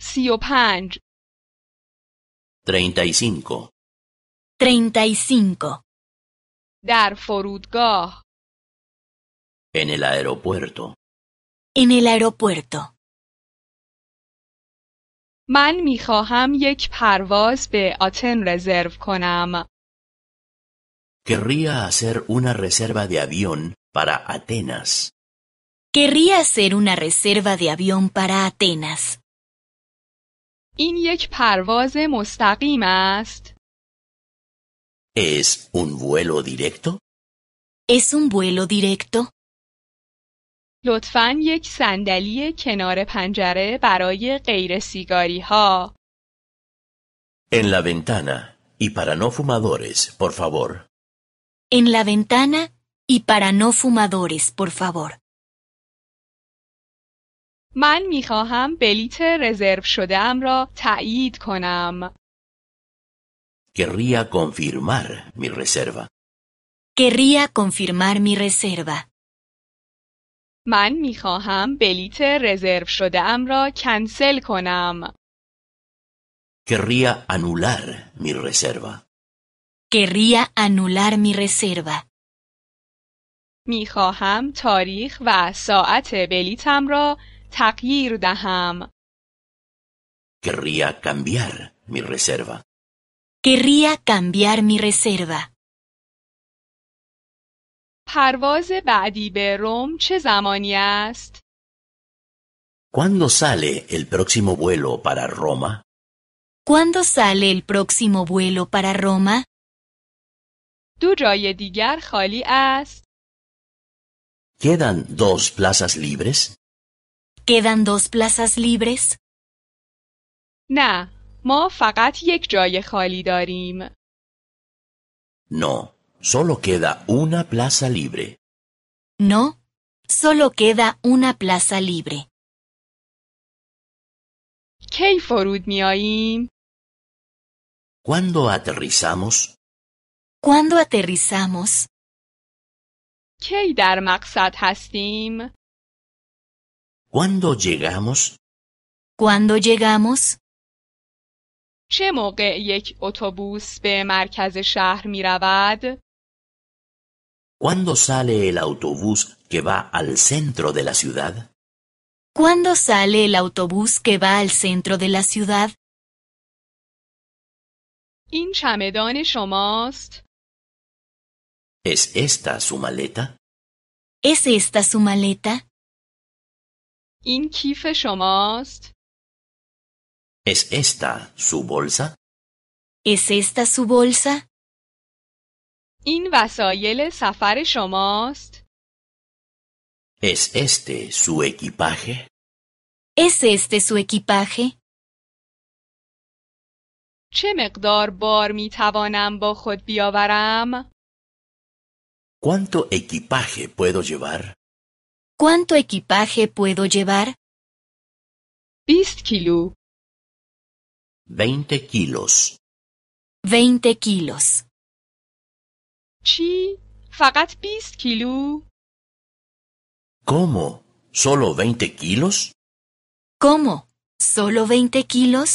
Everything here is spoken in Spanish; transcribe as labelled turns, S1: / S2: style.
S1: سی و پنج
S2: 35.
S3: 35.
S1: در فرودگاه
S2: En el aeropuerto.
S3: En el aeropuerto.
S1: من میخواهم یک پرواز به آتن رزرو کنم.
S2: Querría hacer una reserva de avión para Atenas.
S3: Querría hacer una reserva de avión para Atenas.
S1: این یک پرواز مستقیم است.
S2: ¿Es un vuelo directo?
S3: ¿Es un vuelo directo?
S1: لطفا یک صندلی کنار پنجره برای غیر سیگاری ها.
S2: En la ventana. Y para no fumadores, por favor.
S3: En la ventana y para no fumadores, por favor.
S1: من میخواهم بلیت رزرو شدهام را تایید کنم.
S2: Querría confirmar mi reserva.
S3: Querría confirmar mi reserva.
S1: من میخواهم بلیت رزرو شدهام را کنسل کنم.
S2: Querría anular mi reserva.
S3: Querría anular mi reserva.
S1: میخواهم تاریخ و ساعت بلیتم را تغییر دهم.
S2: Querría cambiar mi reserva.
S3: Querría cambiar mi reserva.
S1: پرواز بعدی به روم چه زمانی است؟
S2: ¿Cuándo sale el próximo vuelo para Roma?
S3: ¿Cuándo sale el próximo vuelo para Roma?
S1: دو جای دیگر خالی است.
S2: ¿Quedan dos plazas libres?
S3: ¿Quedan dos plazas libres?
S1: نه، ما فقط یک جای خالی داریم.
S2: No, solo queda una plaza libre.
S3: No, solo queda una plaza libre.
S1: کی فرود میاییم؟
S2: ¿Cuándo aterrizamos?
S3: ¿Cuándo aterrizamos?
S1: کی در مقصد هستیم؟
S2: ¿Cuándo llegamos?
S3: ¿Cuándo llegamos?
S1: چه موقع یک اتوبوس به مرکز شهر می رود؟
S2: ¿Cuándo sale el autobús que va al centro de la ciudad?
S3: ¿Cuándo sale el autobús que va al centro de la ciudad?
S1: این چمدان شماست؟
S2: ¿Es esta su maleta?
S3: ¿Es esta su maleta?
S1: این کیف شماست؟
S2: ¿Es esta su bolsa?
S3: ¿Es esta su bolsa?
S1: این وسایل سفر شماست؟
S2: ¿Es este su equipaje?
S3: ¿Es este su equipaje?
S1: چه مقدار بار می توانم با خود بیاورم؟
S2: ¿Cuánto equipaje puedo llevar?
S3: ¿Cuánto equipaje puedo llevar?
S1: 20 کیلو
S2: 20 kilos.
S3: 20 kilos.
S1: چی؟ فقط 20 کیلو؟
S2: ¿Cómo? ¿Solo 20 kilos?
S3: ¿Cómo? ¿Solo 20 kilos?